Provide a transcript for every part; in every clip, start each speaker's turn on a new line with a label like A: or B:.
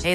A: Hey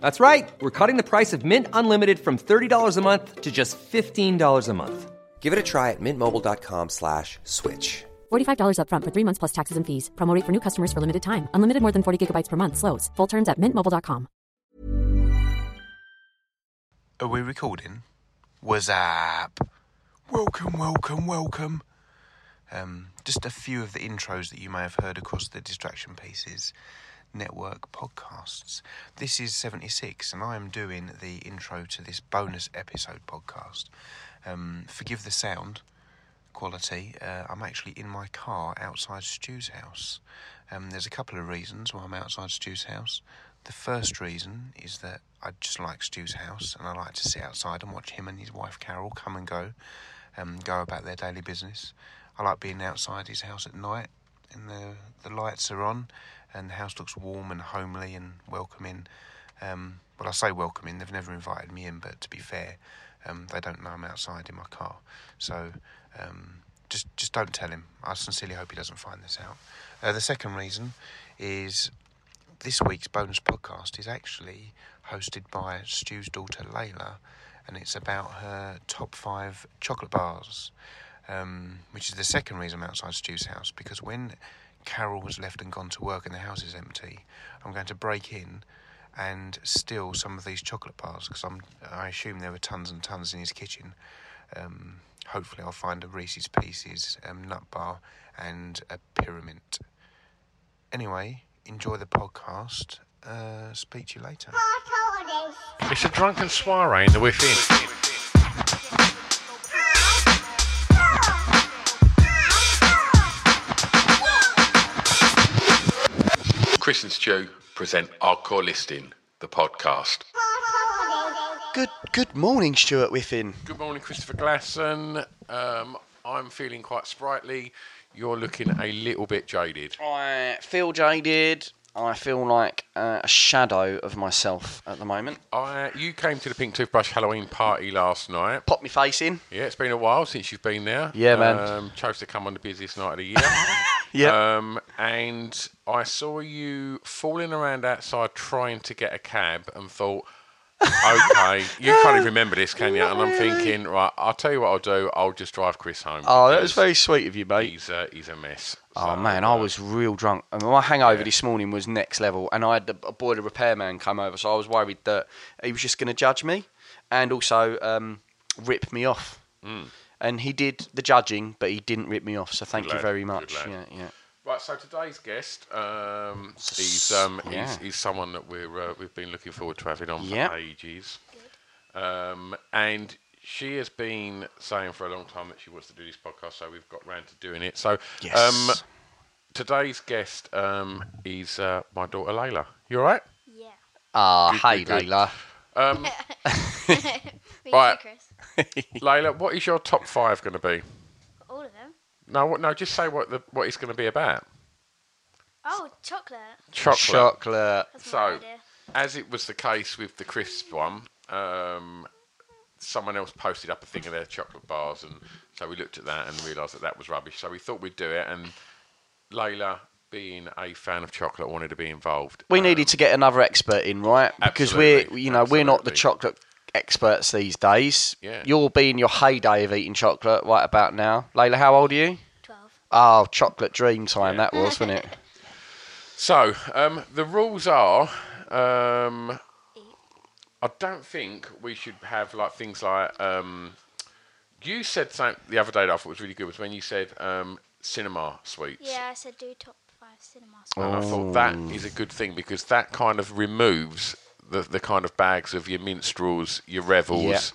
B: That's right. We're cutting the price of Mint Unlimited from $30 a month to just $15 a month. Give it a try at mintmobile.com slash switch.
C: $45 upfront for three months plus taxes and fees. Promo rate for new customers for limited time. Unlimited more than 40 gigabytes per month. Slows. Full terms at mintmobile.com.
D: Are we recording? Was up? Welcome, welcome, welcome. Um, just a few of the intros that you may have heard across the Distraction Pieces network podcasts. This is 76, and I am doing the intro to this bonus episode podcast. Um, forgive the sound quality. Uh, I'm actually in my car outside Stu's house. Um, there's a couple of reasons why I'm outside Stu's house. The first reason is that I just like Stu's house and I like to sit outside and watch him and his wife Carol come and go, um, go about their daily business. I like being outside his house at night and the, the lights are on and the house looks warm and homely and welcoming. Um, well, I say welcoming, they've never invited me in, but to be fair, um, they don't know I'm outside in my car. So um, just just don't tell him. I sincerely hope he doesn't find this out. Uh, the second reason is this week's bonus podcast is actually hosted by Stu's daughter Layla, and it's about her top five chocolate bars, um, which is the second reason I'm outside Stu's house because when Carol was left and gone to work and the house is empty, I'm going to break in and steal some of these chocolate bars because I'm I assume there were tons and tons in his kitchen. Um, hopefully, I'll find a Reese's Pieces, um, nut bar, and a pyramid. Anyway, enjoy the podcast. Uh, speak to you later.
E: It's a drunken soiree in the within. Chris and Stu present Hardcore Listing, the podcast.
F: Good good morning, Stuart Whiffin.
E: Good morning, Christopher Glasson. Um, I'm feeling quite sprightly. You're looking a little bit jaded.
G: Oh. I Uh, feel jaded. I feel like uh, a shadow of myself at the moment.
E: I, you came to the Pink Toothbrush Halloween party last night.
G: Pop my face in.
E: Yeah, it's been a while since you've been there.
G: Yeah, man.
E: Um, chose to come on the busiest night of the year.
G: Yeah.
E: Um, and I saw you falling around outside trying to get a cab and thought, okay, you can't even remember this, can you? And I'm thinking, right, I'll tell you what I'll do. I'll just drive Chris home.
G: oh, that was
E: because
G: very sweet of you, mate.
E: He's a, he's a mess.
G: Oh
E: So,
G: man, I was real drunk. I mean, my hangover this morning was next level, and I had a, a boiler repairman come over, so I was worried that he was just going to judge me and also um, rip me off.
E: Hmm.
G: And he did the judging, but he didn't rip me off. So thank
E: lad,
G: you very
E: good
G: much.
E: lad.
G: Yeah, yeah.
E: Right, so today's guest, um, he's, um, he's,
G: Yeah.
E: he's someone that we're, uh, we've been looking forward to having on
G: Yeah.
E: for ages. Um, and she has been saying for a long time that she wants to do this podcast, so we've got round to doing it. So
G: Yes.
E: um, today's guest um, is uh, my daughter Layla. You all right?
H: Yeah.
G: Ah,
E: Good,
G: hey,
E: good, good.
G: Layla.
E: Um,
H: Me
E: Right.
H: too, Chris.
E: Layla, what is your top five going to be?
H: All of them.
E: No, what, no, just say what the, what it's going to be about.
H: Oh, chocolate. Oh,
E: Chocolate.
G: Chocolate.
H: That's
E: So-
H: my idea.
E: as it was the case with the crisp one, um, someone else posted up a thing of their chocolate bars, and so we looked at that and realised that that was rubbish. So we thought we'd do it, and Layla, being a fan of chocolate, wanted to be involved.
G: We
E: Um,
G: needed to get another expert in, right? Because we're,
E: Absolutely,
G: you know, we're not the
E: absolutely.
G: chocolate experts these days.
E: Yeah.
G: You'll be in your heyday of eating chocolate right about now. Layla, how old are you?
H: 12.
G: Oh, chocolate dream time that was, wasn't it?
E: So um, the rules are. Um, I don't think we should have like things like um, You said something the other day that I thought was really good was when you said um, cinema sweets.
H: Yeah, I said do top five cinema
E: And
H: spots.
E: I thought that
G: Oh.
E: is a good thing because that kind of removes the, the kind of bags of your minstrels, your revels,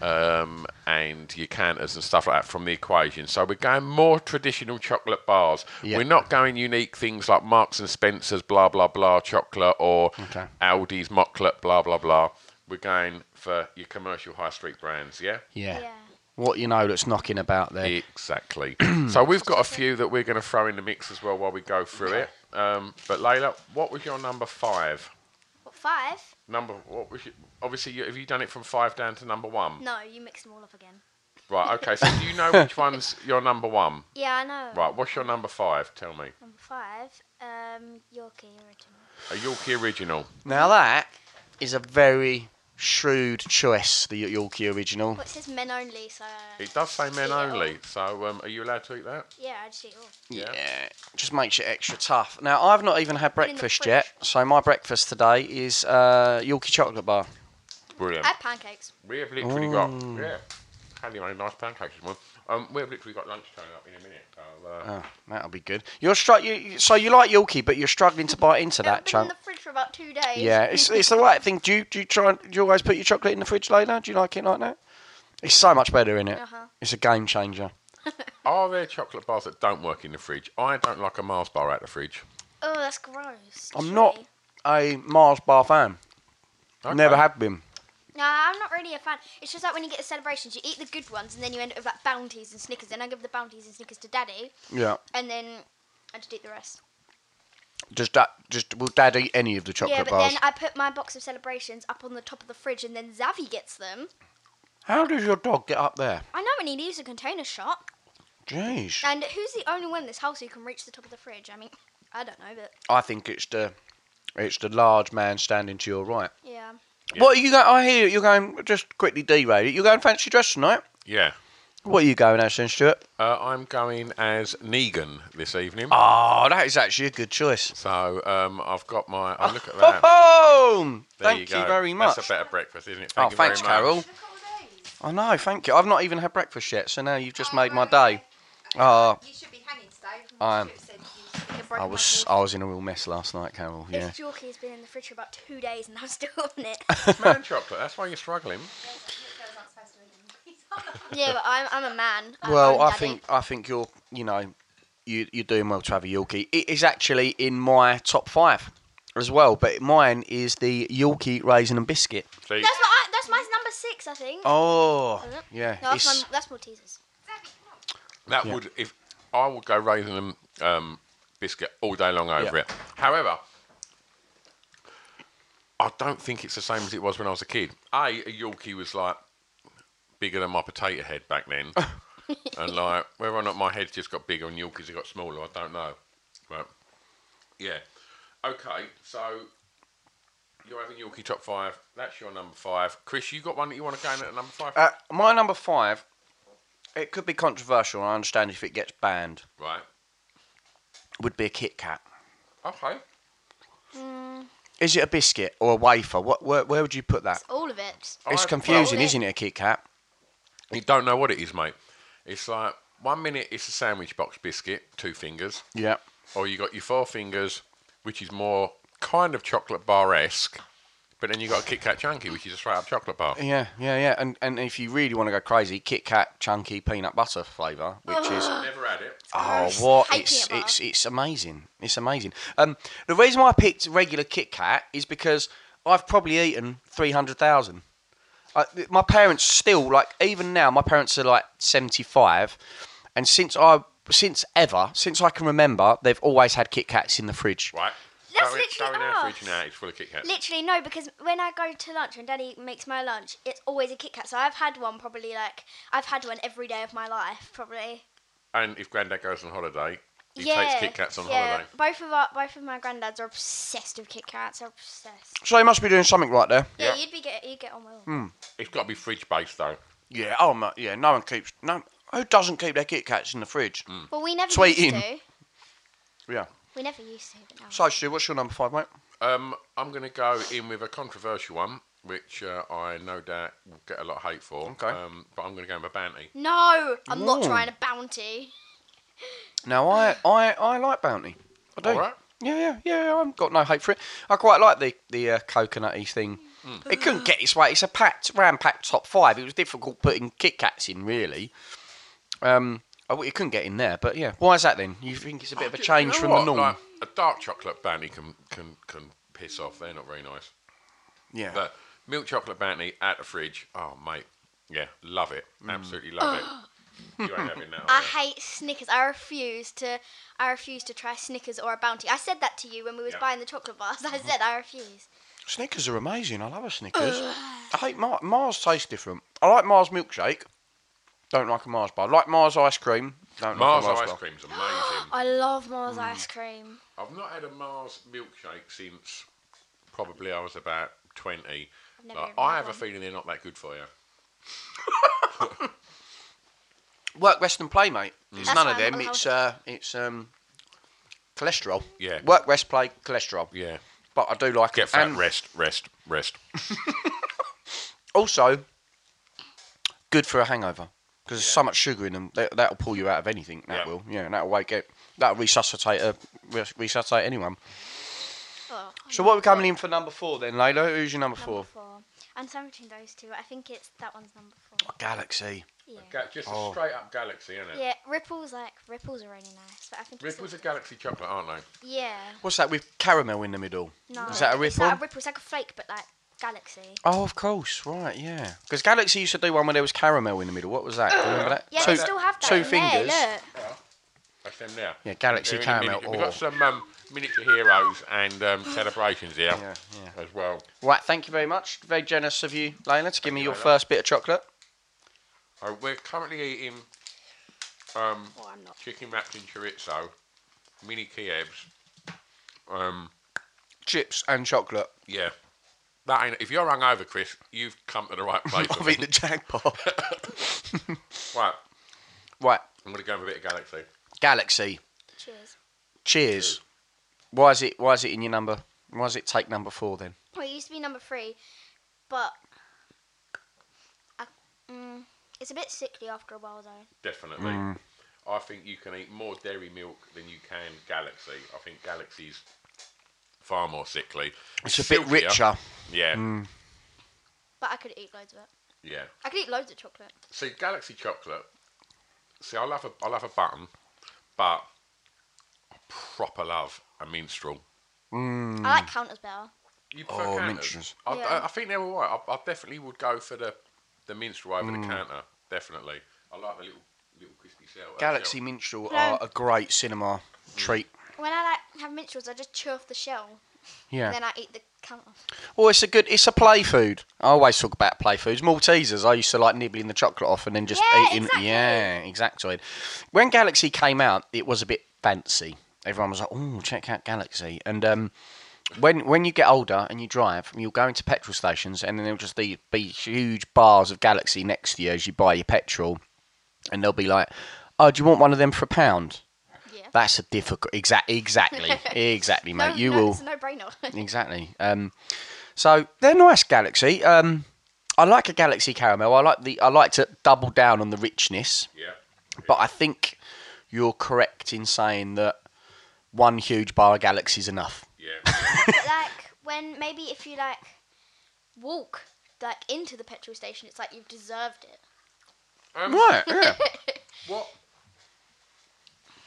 E: um, and your canters and stuff like that from the equation. So we're going more traditional chocolate bars.
G: Yeah.
E: We're not going unique things like Marks and Spencer's blah blah blah chocolate or
G: Okay.
E: Aldi's mocklet blah blah blah. We're going for your commercial high street brands, yeah?
G: Yeah.
H: Yeah.
G: What you know that's knocking about there.
E: Exactly. so we've got a few that we're going to throw in the mix as well while we go through it. Um, but Layla, what was your number five?
H: What, five?
E: Number what was your, obviously you, have you done it from five down to number one?
H: No, you mixed them all up again.
E: Right. Okay. So do you know which one's your number one?
H: Yeah, I know.
E: Right. What's your number five? Tell me.
H: Number five, um, Yorkie original.
E: A Yorkie original.
G: Now that is a very shrewd choice, the Yorkie original.
H: Well, it says men only, so uh,
E: It does say men
H: Yeah.
E: only. So um, are you allowed to eat that?
H: yeah, I just eat it all.
E: Yeah.
G: Just makes it extra tough. Now I've not even had
H: in the
G: breakfast
H: fridge.
G: yet, so my breakfast today is uh, Yorkie chocolate bar.
E: Brilliant.
H: I had pancakes.
E: We have literally got yeah. Handy made nice pancakes. this morning. Um, we have literally got lunch turning up in a minute. So, uh,
G: Oh, that'll be good. You're str- you, you- so you like Yorkie, but you're struggling to bite into
H: I've
G: that
H: been in
G: chunk.
H: the fridge for about two days.
G: Yeah, it's, it's the right thing. Do you, do you try? and- Do you always put your chocolate in the fridge later? Do you like it like that? It's so much better in it.
H: Uh-huh.
G: It's a game changer.
E: Are there chocolate bars that don't work in the fridge? I don't like a Mars bar out the fridge.
H: Oh, that's gross.
G: I'm not
H: Chewy.
G: a Mars bar fan. Never have been.
H: No, I'm not really a fan. It's just like when you get the celebrations, you eat the good ones, and then you end up with like bounties and Snickers. And I give the bounties and Snickers to Daddy,
G: Yeah.
H: and then I just eat the rest.
G: Does that just will Dad eat any of the chocolate
H: yeah, but
G: bars?
H: then I put my box of celebrations up on the top of the fridge, and then Zavi gets them.
G: How does your dog get up there?
H: I know when he leaves a container shop.
G: Jeez.
H: And who's the only one in this house who can reach the top of the fridge? I mean, I don't know, but
G: I think it's the it's the large man standing to your right.
H: yeah.
G: What are you going? I hear you're going. Just quickly derail it. You're going fancy dress tonight.
E: Yeah.
G: What are you going as, then, Stuart?
E: Uh, I'm going as Negan this evening.
G: Oh, that is actually a good choice.
E: So um, I've got my. I look at
G: Ho
E: that.
G: ho!
E: There
G: Thank you,
E: go.
G: very much.
E: That's a better breakfast, isn't it?
G: oh,
E: Thank you
G: thanks,
E: very much.
G: Carol. I know. Thank you. I've not even had breakfast yet, so now you've just made my day. Oh,
I: You should be hanging today.
G: I am.
H: It broke
G: I
H: my
G: was
H: heart.
G: I was in a real mess last night, Carol. Yeah.
H: This Yorkie has been in the fridge for about two days, and I'm still on it.
E: Man chocolate. That's why you're struggling.
H: yeah, but I'm, I'm a man. I'm
G: Well,
H: own
G: I
H: daddy.
G: think uh, I think you're you know you you're doing well to have a Yorkie. It is actually in my top five as well, but mine is the Yorkie raisin and biscuit.
E: See,
H: that's my that's my number six, I think.
G: Oh,
H: Is it?
G: yeah,
H: No, that's,
G: it's-
H: my, that's Maltesers.
E: that would if I would go raisin and um, biscuit all day long over
G: Yeah.
E: it. However, I don't think it's the same as it was when I was a kid. A, a Yorkie was like bigger than my potato head back then, and like whether or not my head's just got bigger and Yorkies have got smaller, I don't know. But yeah, okay, so. You're having Yorkie top five. That's your number five. Chris, you got one that you want to go in at number five?
G: uh, my number five. It could be controversial. and I understand if it gets banned.
E: right.
G: Would be a Kit Kat.
E: Okay.
G: Is it a biscuit or a wafer? What where, where would you put that?
H: All of it.
G: It's
E: I've-
G: confusing,
H: well-
G: isn't it? A Kit Kat.
E: You don't know what it is, mate. It's like one minute it's a sandwich box biscuit, two fingers,
G: Yeah.
E: or you got your four fingers, which is more kind of chocolate bar esque, but then you got a Kit Kat chunky, which is a straight up chocolate bar.
G: Yeah, yeah, yeah. And and if you really want to go crazy, Kit Kat chunky peanut butter flavour, which is
E: Never had it.
G: Oh,
H: Gross.
G: what?
H: Hate
G: It's,
H: peanut butter.
G: it's it's amazing. It's amazing. Um, the reason why I picked regular Kit Kat is because I've probably eaten three hundred thousand. My parents still like even now. My parents are like seventy five, and since I since ever since I can remember, they've always had Kit Kats in the fridge.
E: Right.
H: That's
E: so
H: literally
E: in our
H: us.
E: fridge now, it's full of Kit Kats.
H: Literally no, because when I go to lunch and Daddy makes my lunch, it's always a Kit Kat. So I've had one probably like I've had one every day of my life probably.
E: and if Grandad goes on holiday, he takes Kit Kats on
H: yeah.
E: holiday.
H: Both of our both of my granddads are obsessed with Kit Kats. Are obsessed.
G: So they must be doing something right there.
H: Yeah,
E: Yeah.
H: you'd be get you get on well.
E: It's got to be fridge based though.
G: Yeah. Oh my. Yeah. No one keeps no. Who doesn't keep their Kit Kats in the fridge?
E: Hmm.
H: Well, we never
G: Sweet
H: used
G: in.
H: to.
G: Yeah.
H: We never used to. But now.
G: So Stu, what's your number five, mate?
E: Um, I'm going to go in with a controversial one. which uh, I no doubt will get a lot of hate for.
G: Okay.
E: Um, but I'm going to go with Bounty.
H: No, I'm not
G: Ooh.
H: trying a bounty.
G: Now I, I, I like Bounty. I do.
E: All right.
G: Yeah, yeah, yeah. I've got no hope for it. I quite like the the uh, coconutty thing.
E: Mm.
G: It couldn't get its way. It's a packed, round packed top five. It was difficult putting Kit Kats in, really. Um, I, it couldn't get in there, but yeah. Why is that then? You think it's a bit of a
E: You
G: change
E: know
G: from
E: what?
G: the norm?
E: Like, a dark chocolate Bounty can, can, can piss off. They're not very nice.
G: yeah.
E: But milk chocolate bounty at the fridge. Oh mate, yeah, love it. Absolutely love it. You ain't having that.
H: I
E: Are you?
H: hate Snickers. I refuse to. I refuse to try Snickers or a bounty. I said that to you when we was
E: Yeah. Mm-hmm.
H: buying the chocolate bars. I said I refuse.
G: Snickers are amazing. I love a Snickers. I hate Mar- Mars. Tastes different. I like Mars milkshake. Don't like a Mars bar. Like Mars ice cream. Don't
E: Mars
G: like a Mars
E: ice
G: bar.
E: cream's amazing.
H: I love Mars
E: Mm.
H: ice cream.
E: I've not had a Mars milkshake since probably I was about twenty.
H: never
E: Like,
H: even
E: I
H: had
E: have a
H: one.
E: feeling they're not that good for you.
G: Work, rest, and play, mate. It's
H: That's
G: none
H: why
G: of
H: I'm
G: them.
H: not
G: It's
H: allowed
G: uh, it's um, cholesterol.
E: Yeah.
G: Work, rest, play, cholesterol.
E: Yeah.
G: But I do like
E: Get
G: it.
E: fat,
G: And
E: rest, rest, rest.
G: Also, good for a hangover because there's so much sugar in them. That, that'll pull you out of anything. That
E: Yeah.
G: will. Yeah. And that'll wake it. That'll resuscitate a res- resuscitate anyone.
H: Oh,
G: So what are we coming in for number four then, Layla? Who's your number,
H: number
G: four?
H: four. I'm somewhere between those two. I think it's that one's number four.
G: Galaxy.
H: Yeah.
E: Ga- Just a
G: Oh.
E: straight up galaxy, isn't it?
H: Yeah, ripples like ripples are really nice, but I think it's
E: Ripples
H: a-
E: are galaxy chocolate, aren't they?
H: Yeah.
G: What's that with caramel in the middle?
H: No.
G: Is that a
H: It's
G: ripple?
H: like a ripple. It's like a flake, but like galaxy.
G: Oh, of course, right, yeah. Because Galaxy used to do one where there was caramel in the middle. What was that? Do you remember that?
H: Yeah,
G: two,
H: they still have that.
G: two
H: in there,
G: fingers.
H: look.
E: That's them there.
G: Yeah, galaxy
E: They're in a
G: caramel
E: miniature- We've
G: or-
E: got some um, miniature heroes and um, celebrations here
G: Yeah, yeah.
E: as well.
G: Right, thank you very much. Very generous of you, Layla, to give me
E: you,
G: your
E: Layla.
G: first bit of chocolate.
E: Uh, we're currently eating um,
H: Oh, I'm not.
E: chicken wrapped in chorizo, mini kiebs. Um,
G: Chips and chocolate.
E: yeah, that ain't. If you're hungover, Chris, you've come to the right place. I
G: I've eaten the jackpot.
E: Right,
G: right,
E: I'm gonna go with a bit of galaxy.
G: Galaxy.
H: Cheers.
G: Cheers. Why is it? Why is it in your number? Why is it take number four then?
H: Well, it used to be number three, but I, mm, it's a bit sickly after a while though.
E: Definitely. I think you can eat more dairy milk than you can galaxy. I think galaxy's far more sickly.
G: It's a bit
E: silkier.
G: richer.
E: Yeah,
H: But I could eat loads of it.
E: yeah.
H: I could eat loads of chocolate.
E: See, Galaxy Chocolate. See, I love a I love a button, but I proper love a minstrel.
G: Mm.
H: I like counters better.
E: You
G: Oh,
E: prefer counters?
G: minstrels.
E: I,
H: Yeah.
E: I, I think they're all right. I, I definitely would go for the the minstrel over the counter. Definitely. I like the little little crispy shell. uh,
G: Galaxy
E: shell.
G: Minstrel
H: No.
G: are a great cinema treat.
H: When I like have minstrels, I just chew off the shell,
G: Yeah.
H: and then I eat the counter.
G: Well, it's a good, it's a play food. I always talk about play foods. Maltesers, I used to like nibbling the chocolate off and then just
H: Yeah,
G: eating.
H: exactly.
G: Yeah, exactly. When Galaxy came out, it was a bit fancy. Everyone was like, "Oh, check out Galaxy." And um, when when you get older and you drive, you'll go into petrol stations and then there'll just be, be huge bars of Galaxy next to you as you buy your petrol, and they'll be like, "Oh, do you want one of them for a pound?"
H: Yeah.
G: That's a difficult. Exact. Exactly. exactly, mate.
H: no,
G: you
H: no,
G: will.
H: It's a no-brainer.
G: Exactly. Um, so they're nice Galaxy. Um, I like a Galaxy caramel. I like the. I like to double down on the richness,
E: Yeah.
G: but I think you're correct in saying that one huge bar of Galaxy is enough.
E: Yeah.
H: But, like when maybe if you like walk like into the petrol station, it's like you've deserved it.
E: um,
G: Right. Yeah.
E: What?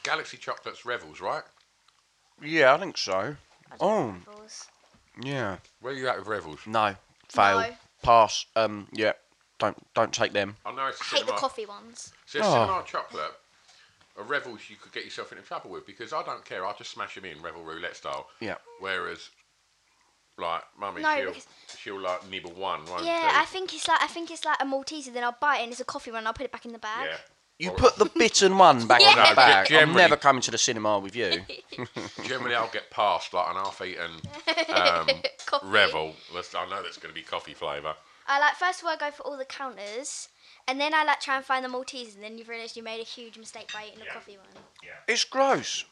E: Galaxy Chocolate's Revels, right?
G: yeah, I think so.
H: I don't
G: Oh,
H: know the rules.
G: yeah.
E: Where are you at with Revels?
G: No. Fail.
H: No.
G: Pass. Um. Yeah. Don't don't take them.
E: I know it's
H: I
E: a
H: hate the
E: cinema-
H: coffee ones.
E: So a
G: Oh.
E: cinema chocolate, a Revels you could get yourself into trouble with because I don't care. I just smash them in Revel roulette style.
G: Yeah.
E: Whereas, like mummy,
H: No,
E: she'll
H: because-
E: she'll like nibble one, won't
H: Yeah, I
E: she?
H: think it's like I think it's like a Malteser. Then I'll buy it, and it's a coffee one. I'll put it back in the bag.
E: yeah.
G: You put the bitten one back on
E: Yeah.
G: the bag. I'm
E: Generally-
G: never coming to the cinema with you.
E: Generally, I'll get past like an half-eaten um,
H: Coffee.
E: Revel. That's- I know that's going to be coffee flavour.
H: I like first of all I go for all the counters, and then I like try and find the Maltesers, and then you realise you made a huge mistake by eating a coffee one.
G: It's gross.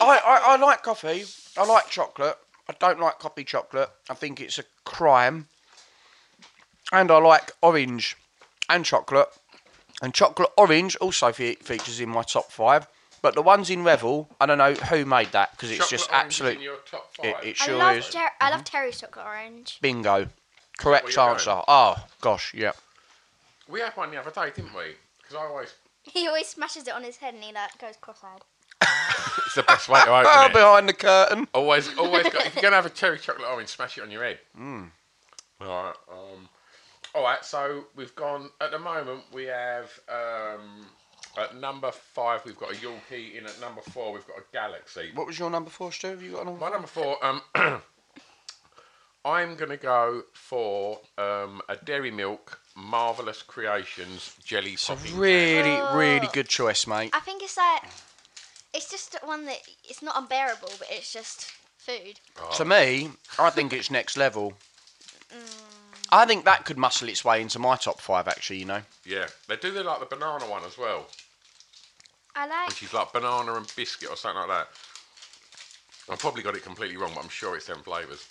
G: I, I, I like coffee. I like chocolate. I don't like coffee chocolate. I think it's a crime. and I like orange and chocolate. And chocolate orange also fe- features in my top five. But the ones in Revel, I don't know who made that because it's
E: Chocolate
G: just
E: orange is
G: absolute.
E: in your top
G: it,
E: five.
G: it
H: I
G: sure
H: love
G: is.
H: Ter- I love Terry's chocolate orange.
G: Bingo. Correct
E: you're
G: answer. Oh gosh, yeah.
E: We had one the other day, didn't we? Because I always.
H: He always smashes it on his head and he like goes cross-eyed.
E: It's the best way to
G: Ah,
E: open it.
G: behind the curtain.
E: Always, always. Got, if you're gonna have a cherry chocolate orange, smash it on your head. Mm. All right. Um, all right. So we've gone. At the moment, we have um, at number five, we've got a Yorkie. In at number four, we've got a Galaxy.
G: What was your number four, Stu? Have you got another?
E: My number four. Um, I'm gonna go for um, a Dairy Milk Marvelous Creations jelly
G: It's a
E: popping.
G: really, really good choice, mate.
H: I think it's like it's just one that it's not unbearable, but it's just food.
G: To me, I think it's next level. I think that could muscle its way into my top five, actually, you know.
E: Yeah, they do. They like the banana one as well,
H: I like
E: which is like banana and biscuit or something like that. I probably got it completely wrong, but I'm sure it's them flavours.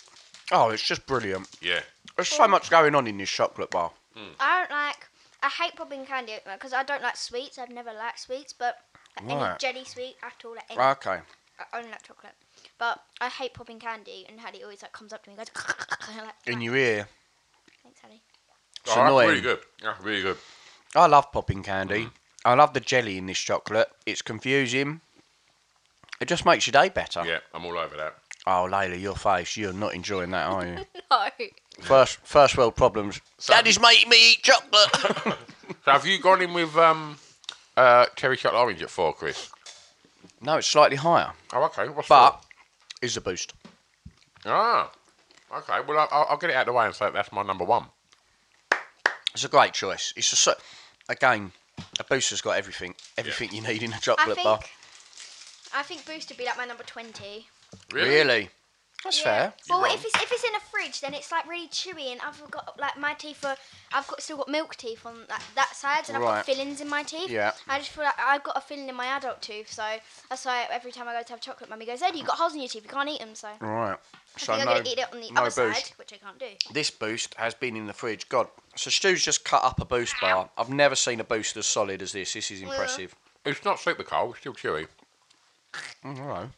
G: Oh, it's just brilliant.
E: Yeah.
G: There's so much going on in this chocolate bar.
H: I don't like. I hate popping candy because I don't like sweets. I've never liked sweets, but like any
G: Right.
H: jelly sweet at all. Like any,
G: Okay.
H: I only like chocolate. But I hate popping candy, and Hattie always like comes up to me and goes, and I'm like,
G: In
H: "Right,
G: your ear.
H: thanks, Hattie.
G: It's
E: Oh, that's
G: annoying.
E: really good. Yeah, really good.
G: I love popping candy. I love the jelly in this chocolate. It's confusing. It just makes your day better.
E: Yeah, I'm all over that.
G: Oh, Layla, your face. You're not enjoying that, are you?
H: No,
G: first, first world problems. Daddy's making me eat chocolate.
E: So have you gone in with um, uh, cherry chocolate orange at four, Chris?
G: no, it's slightly higher,
E: Oh, okay. What's
G: but is a boost.
E: four? ah, okay. Well, I- I'll, I'll get it out of the way and say that's my number one.
G: It's a great choice. It's a so- again, a booster's got everything, everything you need in a
H: I
G: chocolate bar.
H: think I think Boost would be like my number twenty.
G: That's
H: Yeah.
G: fair.
H: Well, if it's if it's in a fridge, then it's like really chewy, and I've got like my teeth are I've got still got milk teeth on that, that side, and
G: Right.
H: I've got fillings in my teeth.
G: Yeah.
H: I just feel like I've got a filling in my adult tooth, so that's why every time I go to have chocolate, mummy goes, "Ed, you got holes in your teeth. You can't eat them." So I
G: Right. So
H: think
G: no,
H: I'm gonna eat it on the
G: no
H: other
G: boost.
H: side, which I can't do.
G: This boost has been in the fridge. God. So Stu's just cut up a boost bar. I've never seen a boost as solid as this. This is impressive.
E: It's not super cold. It's still chewy.
G: Mm, all right.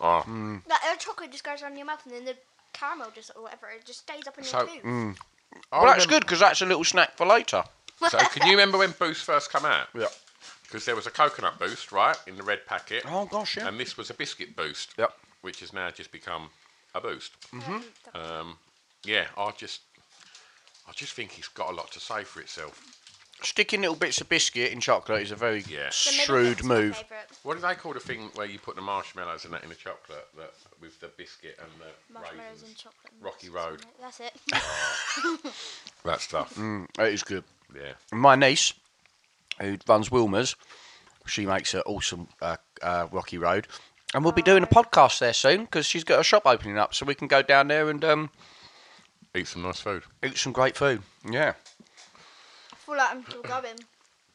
E: Ah.
G: Hmm. Mm.
H: Like the chocolate just goes around your mouth, and then the caramel just or whatever it just stays up in
E: So-
H: your tooth.
G: mm,
E: I
G: Well, that's
E: remember-
G: good because that's a little snack for later.
E: So, can you remember when Boost first come out?
G: Yeah.
E: Because there was a coconut Boost, right, in the red packet.
G: Oh gosh, yeah.
E: And this was a biscuit boost.
G: Yep.
E: Which has now just become a boost. Mm-hmm. Um, yeah, I just, I just think he's got a lot to say for itself.
G: Sticking little bits of biscuit in chocolate is a very
E: Yeah.
H: The middle
G: shrewd
H: bit's my
G: move.
H: favourite.
E: What do they call the thing where you put the marshmallows and that in the chocolate that, with the biscuit and the
H: Marshmallows and
E: raisins?
H: chocolate.
E: Rocky Road.
H: That's it.
E: That stuff.
G: Mm. That is good.
E: Yeah.
G: My niece, who runs Wilmer's, she makes an awesome uh, uh, rocky road, and we'll be doing a podcast there soon because she's got a shop opening up, so we can go down there and um,
E: Eat some nice food.
G: eat some great food. Yeah,
H: I feel like I'm still going.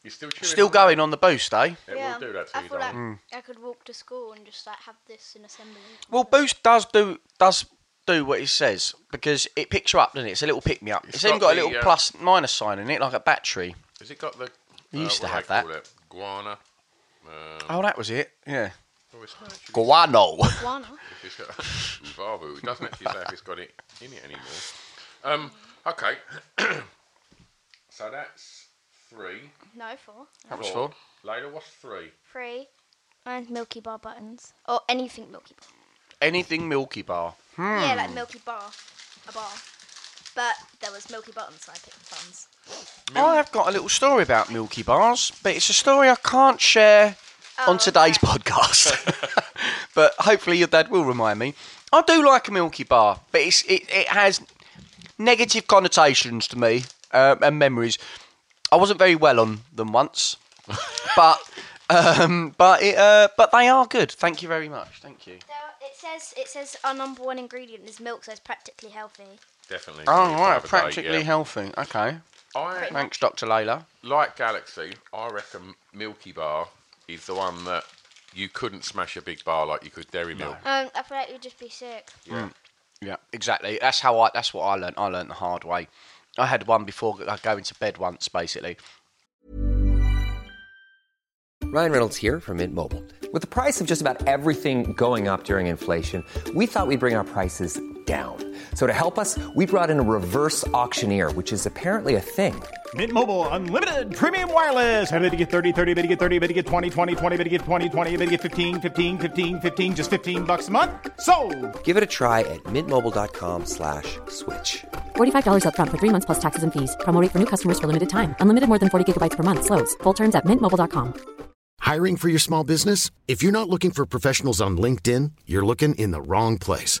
E: You still chewing
G: still
E: on that?
G: going on the boost, eh?
E: It will do that to
H: I
E: you,
H: feel like
E: darling.
H: I could walk to school and just like have this in assembly.
G: Well, boost does do does do what it says because it picks you up, doesn't it? It's a little pick me up. It's,
E: It's
G: even
E: got
G: got a
E: the,
G: little
E: uh,
G: plus minus sign in it, like a battery.
E: Has it got the? uh,
G: We used to
E: Oh, what do
G: have
E: they call
G: that.
E: it? Guana.
G: Oh, that was it. Yeah,
E: Oh, it's not actually-
G: guano.
H: Guana.
E: It's got Vavu. It doesn't actually say if it's got it in it anymore. Um, okay. so that's three.
H: No, four.
G: that was fun.
E: Later, what's three?
H: Three. And Milky Bar buttons. Or anything Milky Bar.
G: Anything Milky Bar.
H: Yeah, like Milky Bar. A bar. But there was Milky buttons, so I picked buttons.
G: I've got a little story about Milky Bars, but it's a story I can't share on today's podcast. but hopefully your dad will remind me. I do like a Milky Bar, but it's, it, it has negative connotations to me um, and memories. I wasn't very well on them once, but um, but it, uh, but they are good. Thank you very much. Thank you.
H: So it says it says our number one ingredient is milk, so it's practically healthy.
E: Definitely.
G: Oh,
E: three,
G: right,
E: five a day,
G: practically
E: yeah.
G: healthy. Okay,
E: I
G: thanks, Dr. Layla.
E: like Galaxy. I reckon Milky Bar is the one that you couldn't smash a big bar like you could Dairy Milk.
H: Um, I
E: Mm.
H: feel like you'd just be sick.
G: Yeah, exactly. That's how I. That's what I learnt. I learnt the hard way. I had one before I go into bed once, basically.
B: Ryan Reynolds here from Mint Mobile. With the price of just about everything going up during inflation, we thought we'd bring our prices down. So to help us, we brought in a reverse auctioneer, which is apparently a thing.
I: Mint Mobile unlimited premium wireless. Ready to get 30, 30, bit get 30, bit get 20, 20, 20, bit get 20, 20, bit get 15, 15, 15, 15 just 15 bucks a month. So,
B: Give it a try at mintmobile.com slash switch.
C: $45 up front for three months plus taxes and fees. Promo rate for new customers for limited time. Unlimited more than 40 gigabytes per month. Slows. Full terms at mintmobile.com.
J: Hiring for your small business? If you're not looking for professionals on LinkedIn, you're looking in the wrong place.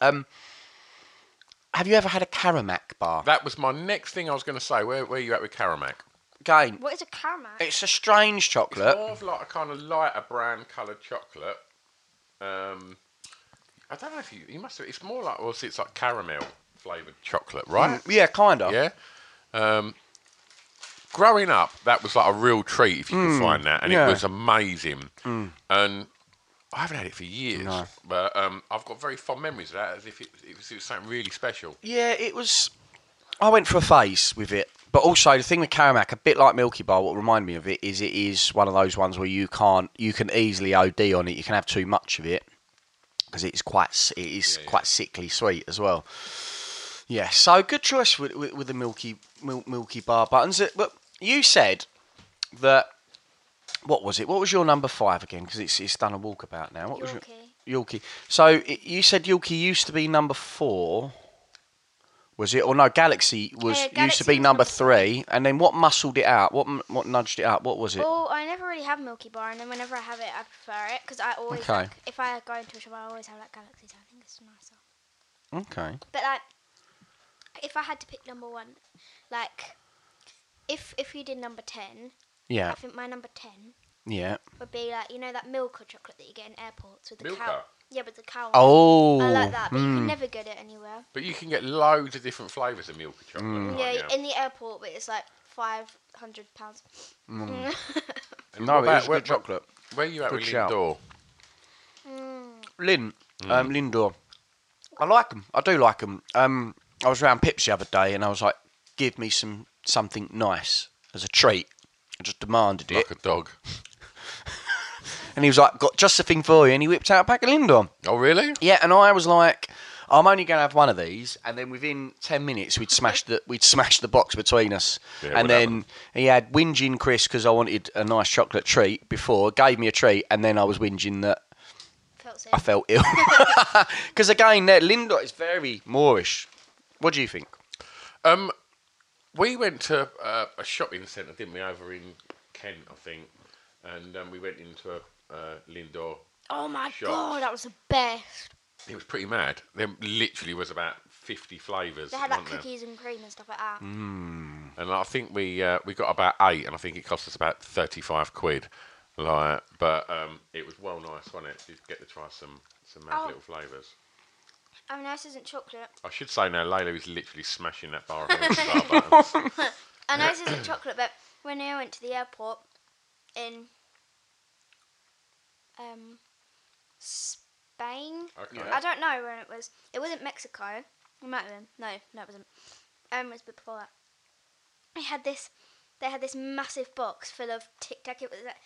G: Um, have you ever had a Karamak bar?
E: That was my next thing I was going to say. Where, where are you at with Karamak?
G: Again,
H: What is a Karamak?
G: it's a strange
E: It's
G: chocolate.
E: more of like a kind of lighter brown coloured chocolate. Um, I don't know if you, you must have, it's more like, well, see, it's like caramel flavoured chocolate, right?
G: Mm, yeah, kind of.
E: Yeah. Um, growing up, that was like a real treat if you could find that, and
G: Mm. yeah. Mm.
E: it was amazing. And I haven't had it for years, but um, I've got very fond memories of that, as if it, it, was, it was something really special.
G: Yeah, it was. I went for a phase with it, but also the thing with Karamak, a bit like Milky Bar, what reminded me of it is it is one of those ones where you can't, you can easily OD on it. You can have too much of it because it's quite, s- it is quite sickly sweet as well. Yeah, so good choice with with, with the Milky mil, Milky Bar buttons. Uh, But you said that. What was it? What was your number five again? Because it's, it's done a walkabout now. What was your,
H: Yorkie.
G: Yorkie. So it, you said Yorkie used to be number four, was it? Or no, Galaxy was
H: Yeah,
G: used
H: Galaxy
G: to be
H: was
G: number
H: number
G: three, and then what muscled it out? What m- what nudged it up? What was it?
H: Well, Oh, I never really have Milky Bar, and then whenever I have it, I prefer it because I always,
G: Okay.
H: like, if I go into a shop, I always have like Galaxy. So I think it's nicer.
G: Okay.
H: But like, if I had to pick number one, like, if if you did number ten,
G: Yeah.
H: I think my number ten
G: Yeah.
H: would be like you know that Milka chocolate that you get in airports with the cow.
E: Milka?
H: Yeah, with the cow. on it.
G: Oh.
H: I like that, but you
G: hmm.
H: can never get it anywhere.
E: But you can get loads of different flavours of milk chocolate.
G: Mm.
E: can't
H: Oh, yeah,
E: you?
H: in the airport, but it's like five hundred pounds.
E: And
G: No,
E: what
G: it
E: about-
G: is
E: where-
G: good chocolate.
E: Where are you at
G: Good
E: with
G: shout.
E: Lindor?
G: Lynn, um, Lindor. I like them. I do like them. Um, I was around Pips the other day, and I was like, "Give me some something nice as a treat." I just demanded it,
E: Like a dog.
G: and he was like, "Got just the thing for you," and he whipped out a pack of Lindor.
E: Oh, really?
G: Yeah, and I was like, I'm only going to have one of these, and then within ten minutes we'd smashed the we'd smashed the box between us,
E: Yeah,
G: and
E: what
G: then
E: happened?
G: he had whinging Chris because I wanted a nice chocolate treat before, gave me a treat, and then I was whinging that
H: Felt sick.
G: I felt ill because again, that Lindor is very Moorish. What do you think?
E: Um, we went to uh, a shopping centre, didn't we, over in Kent, I think, and um, we went into a uh, Lindor.
H: oh my
E: Shots.
H: god, that was the best.
E: It was pretty mad. There literally was about fifty flavours.
H: They had like
E: weren't there?
H: cookies and cream and stuff like that.
G: Mm.
E: and I think we uh, we got about eight, and I think it cost us about thirty-five quid. Like, but um, it was well nice, wasn't it? You get to try some some mad
H: Oh.
E: little flavours.
H: I mean, this isn't chocolate.
E: I should say now, Layla is literally smashing that bar of Milky Bar buttons.
H: I know this isn't chocolate, but when I went to the airport in um, Spain,
E: Okay.
H: I don't know when it was. It wasn't Mexico. It might have been. No, no, it wasn't. Um, it was before that. They had this. They had this massive box full of Tic Tac. It was like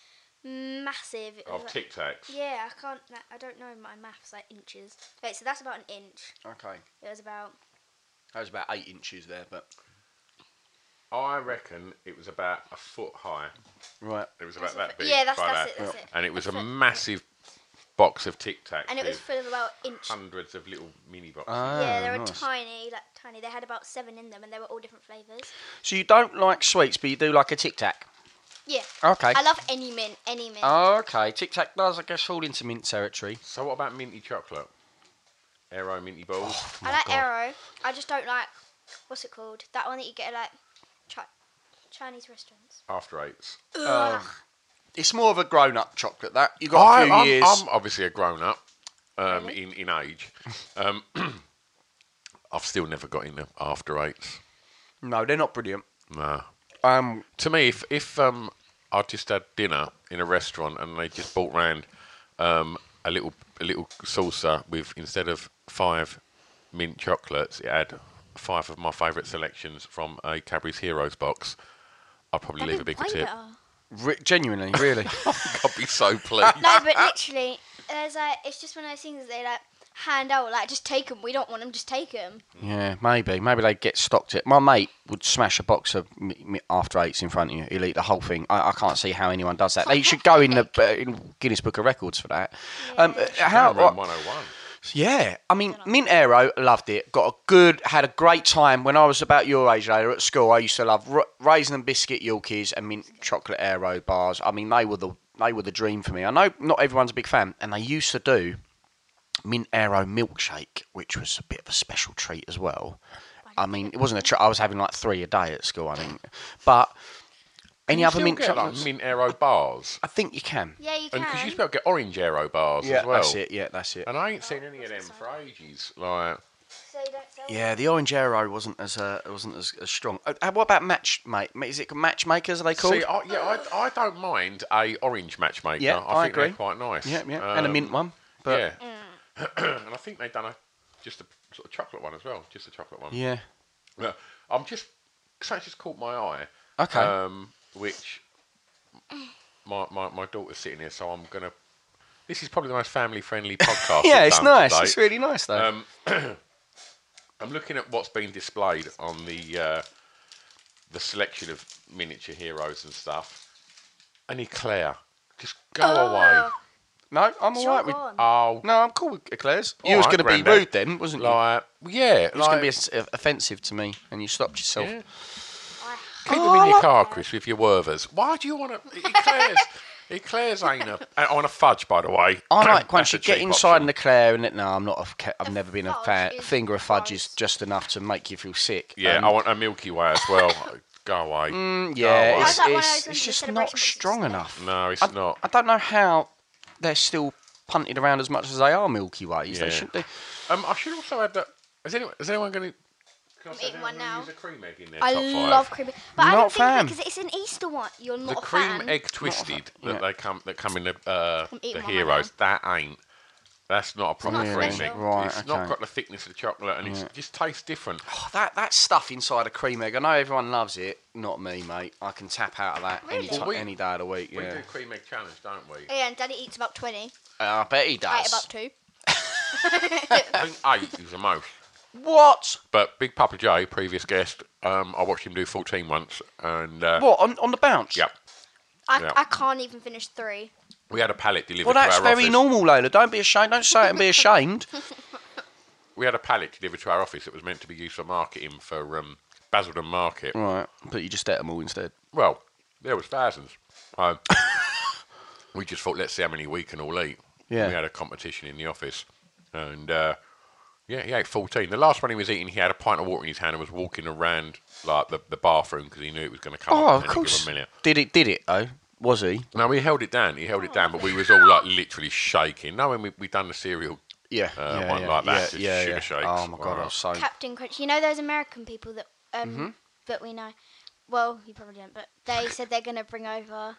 H: massive. It was
E: Of
H: like-
E: Tic Tacs.
H: Yeah, I can't. Like, I don't know my maths like inches. Wait, so that's about an inch.
G: Okay,
H: It was about
G: that was about eight inches there, but
E: I reckon it was about a foot high.
G: Right.
E: It was
H: That's
E: about
H: a
E: that
H: foot-
E: big.
H: yeah, that's-
E: by
H: that's
E: that.
H: it, that's it.
E: And it was
H: A
E: a
H: foot.
E: massive box of Tic Tacs.
H: and it was full of about inch.
E: hundreds of little mini boxes.
H: yeah, they were tiny, like tiny. They had about seven in them, and they were all different flavors.
G: So you don't like sweets, but you do like a Tic Tac.
H: Yeah.
G: Okay.
H: I love any mint, any mint.
E: Oh
G: okay, Tic Tac does, I guess, fall into mint territory.
E: So what about minty chocolate? Aero minty balls.
H: I like Aero. I just don't like what's it called? That one that you get at like chi- Chinese restaurants.
E: After eights.
H: Ugh.
G: It's more of a grown-up chocolate. That you got a few
E: I'm,
G: years.
E: I'm obviously a grown up um, in, in age. Um, I've still never got into after eights.
G: No, they're not brilliant.
E: No.
G: Um,
E: to me, if if um, I just had dinner in a restaurant and they just brought round um, a little a little salsa with instead of five mint chocolates, it had five of my favourite selections from a Cadbury's Heroes box. I'd probably leave a bigger tip.
H: uh,
G: Re- genuinely, really.
E: I'd be so pleased.
H: No, but literally, there's like it's just one of those things that they like hand out. Like just take them. We don't want them. Just take them.
G: yeah, maybe, maybe they get stocked. It. My mate would smash a box of mi mi after eights in front of you. He'll eat the whole thing. I, I can't see how anyone does that. They should go in the uh, in Guinness Book of Records for that. Um, uh, how?
E: Room 101.
G: Yeah, I mean, Mint Aero loved it. Got a good, had a great time when I was about your age. Later at school, I used to love ra- raisin and biscuit Yorkies and mint chocolate Aero bars. I mean, they were the they were the dream for me. I know not everyone's a big fan, and they used to do mint Aero milkshake, which was a bit of a special treat as well. I mean, it wasn't a treat. I was having like three a day at school. I think, but any
E: you
G: other
E: still
G: mint
E: get, like,
G: chocolate?
E: mint Aero bars.
G: I think you can.
H: Yeah, you can.
E: And because you spell get orange Aero bars
G: Yeah,
E: as well.
G: that's it. Yeah, that's it.
E: And I ain't seen any of them for ages. Like
H: So you don't sell
G: Yeah, the orange arrow wasn't as uh, wasn't as, as strong. Uh, uh, what about match mate? Is it matchmakers? Are they called?
E: See, I, yeah, I, I don't mind a orange matchmaker.
G: Yeah,
E: I,
G: I
E: think
G: agree.
E: they're quite nice.
G: yeah, yeah, and a
E: Um,
G: mint one. But yeah,
E: yeah, and I think they've done a just a sort of chocolate one as well, just a chocolate one. Yeah. I'm just something just caught my eye.
G: Okay.
E: Um, which my, my my daughter's sitting here, so I'm gonna. This is probably the most family friendly podcast.
G: Yeah,
E: we've
G: it's
E: done
G: nice.
E: to date.
G: It's really nice though.
E: Um, I'm looking at what's been displayed on the uh, the selection of miniature heroes and stuff. An eclair, just go
H: Oh.
E: away.
G: no, I'm all
H: Sure,
G: right with.
H: go on.
E: Oh,
G: No, I'm cool with eclairs. You
E: All
G: was
E: right,
G: going to be
E: Grandad.
G: rude then, wasn't you?
E: like yeah,
G: It was going
E: like,
G: to be s- uh, offensive to me, and you stopped yourself.
E: yeah. Keep them
H: Oh.
E: in your car, Chris, with your wervers. Why do you want to eclairs? eclairs ain't a uh, on a fudge, by the way.
G: I like once
E: That's
G: you
E: a
G: get
E: cheap
G: inside
E: option.
G: an eclair, and it, no, I'm not. A, ca- I've
H: A
G: never been a
H: fudge
G: fan. A
H: is
G: finger of fudge is
H: gross.
G: just enough to make you feel sick.
E: Yeah,
G: Um,
E: I want a Milky Way as well. Go away.
G: Mm,
E: Go away.
G: yeah, it's,
H: How's that one I
G: it's-
H: was
G: it's
H: into
G: just
H: celebration
G: not
H: with
G: strong
H: instead?
G: enough.
E: No, it's
G: I,
E: not.
G: I don't know how they're still punted around as much as they are Milky Ways. They
E: Yeah.
G: should be.
E: Um, I should also add that. Is anyone, is anyone going to? I'm
H: eating one now.
E: Use a cream egg in their
H: I
E: top five.
H: love cream, egg. but I
G: Not
H: don't think
G: fan.
H: because it's an Easter one. You're not
E: the
H: a
E: cream
H: fan.
E: egg twisted that
G: yeah.
E: they come that come in the uh,
H: I'm eating one
E: the
H: right
E: heroes. that ain't. That's not a proper
H: not
E: cream egg.
H: special.
G: Right,
E: it's not
G: okay.
E: got the thickness of chocolate, and it's it just tastes different.
G: Oh, that that stuff inside a cream egg. I know everyone loves it. Not me, mate. I can tap out of that any
H: Really?
G: ti-
E: Well, we-
G: any day of the week.
E: We
G: Yeah,
E: do cream egg challenge, don't we?
H: Yeah, and Daddy eats about twenty.
G: Uh, I bet he
H: I ate about
G: does.
H: two.
E: I think eight is the most.
G: What?
E: But Big Papa J, previous guest, um, I watched him do 14 once, and uh,
G: What on, on the bounce?
E: yeah,
H: I,
E: Yeah.
H: I can't even finish three.
E: we had a pallet delivered.
G: Well,
E: to
G: that's
E: our
G: very
E: office.
G: normal, Lola. Don't be ashamed. Don't say it and be ashamed.
E: We had a pallet delivered to our office that was meant to be used for marketing for um, Basildon Market.
G: right, but you just ate them all instead.
E: Well, there was thousands. Um, we just thought, let's see how many we can all eat.
G: Yeah.
E: We had a competition in the office, and uh, yeah, he ate 14. The last one he was eating, he had a pint of water in his hand and was walking around like the, the bathroom because he knew it was going to come.
G: Oh,
E: up in
G: of
E: any given
G: course.
E: minute.
G: Did it? Did it though? Was he?
E: No, he held it down. He held it down, but we was all like literally shaking. No, when we we done the cereal,
G: Yeah,
E: Uh,
G: yeah,
E: one
G: yeah,
E: like that,
G: yeah,
E: just
G: yeah,
E: sugar
G: yeah.
E: shakes.
G: Oh my god, I
E: Wow.
G: was so
H: Captain Crunch. You know those American people that um
G: Mm-hmm.
H: that we know. Well, you probably don't, but they said they're gonna bring over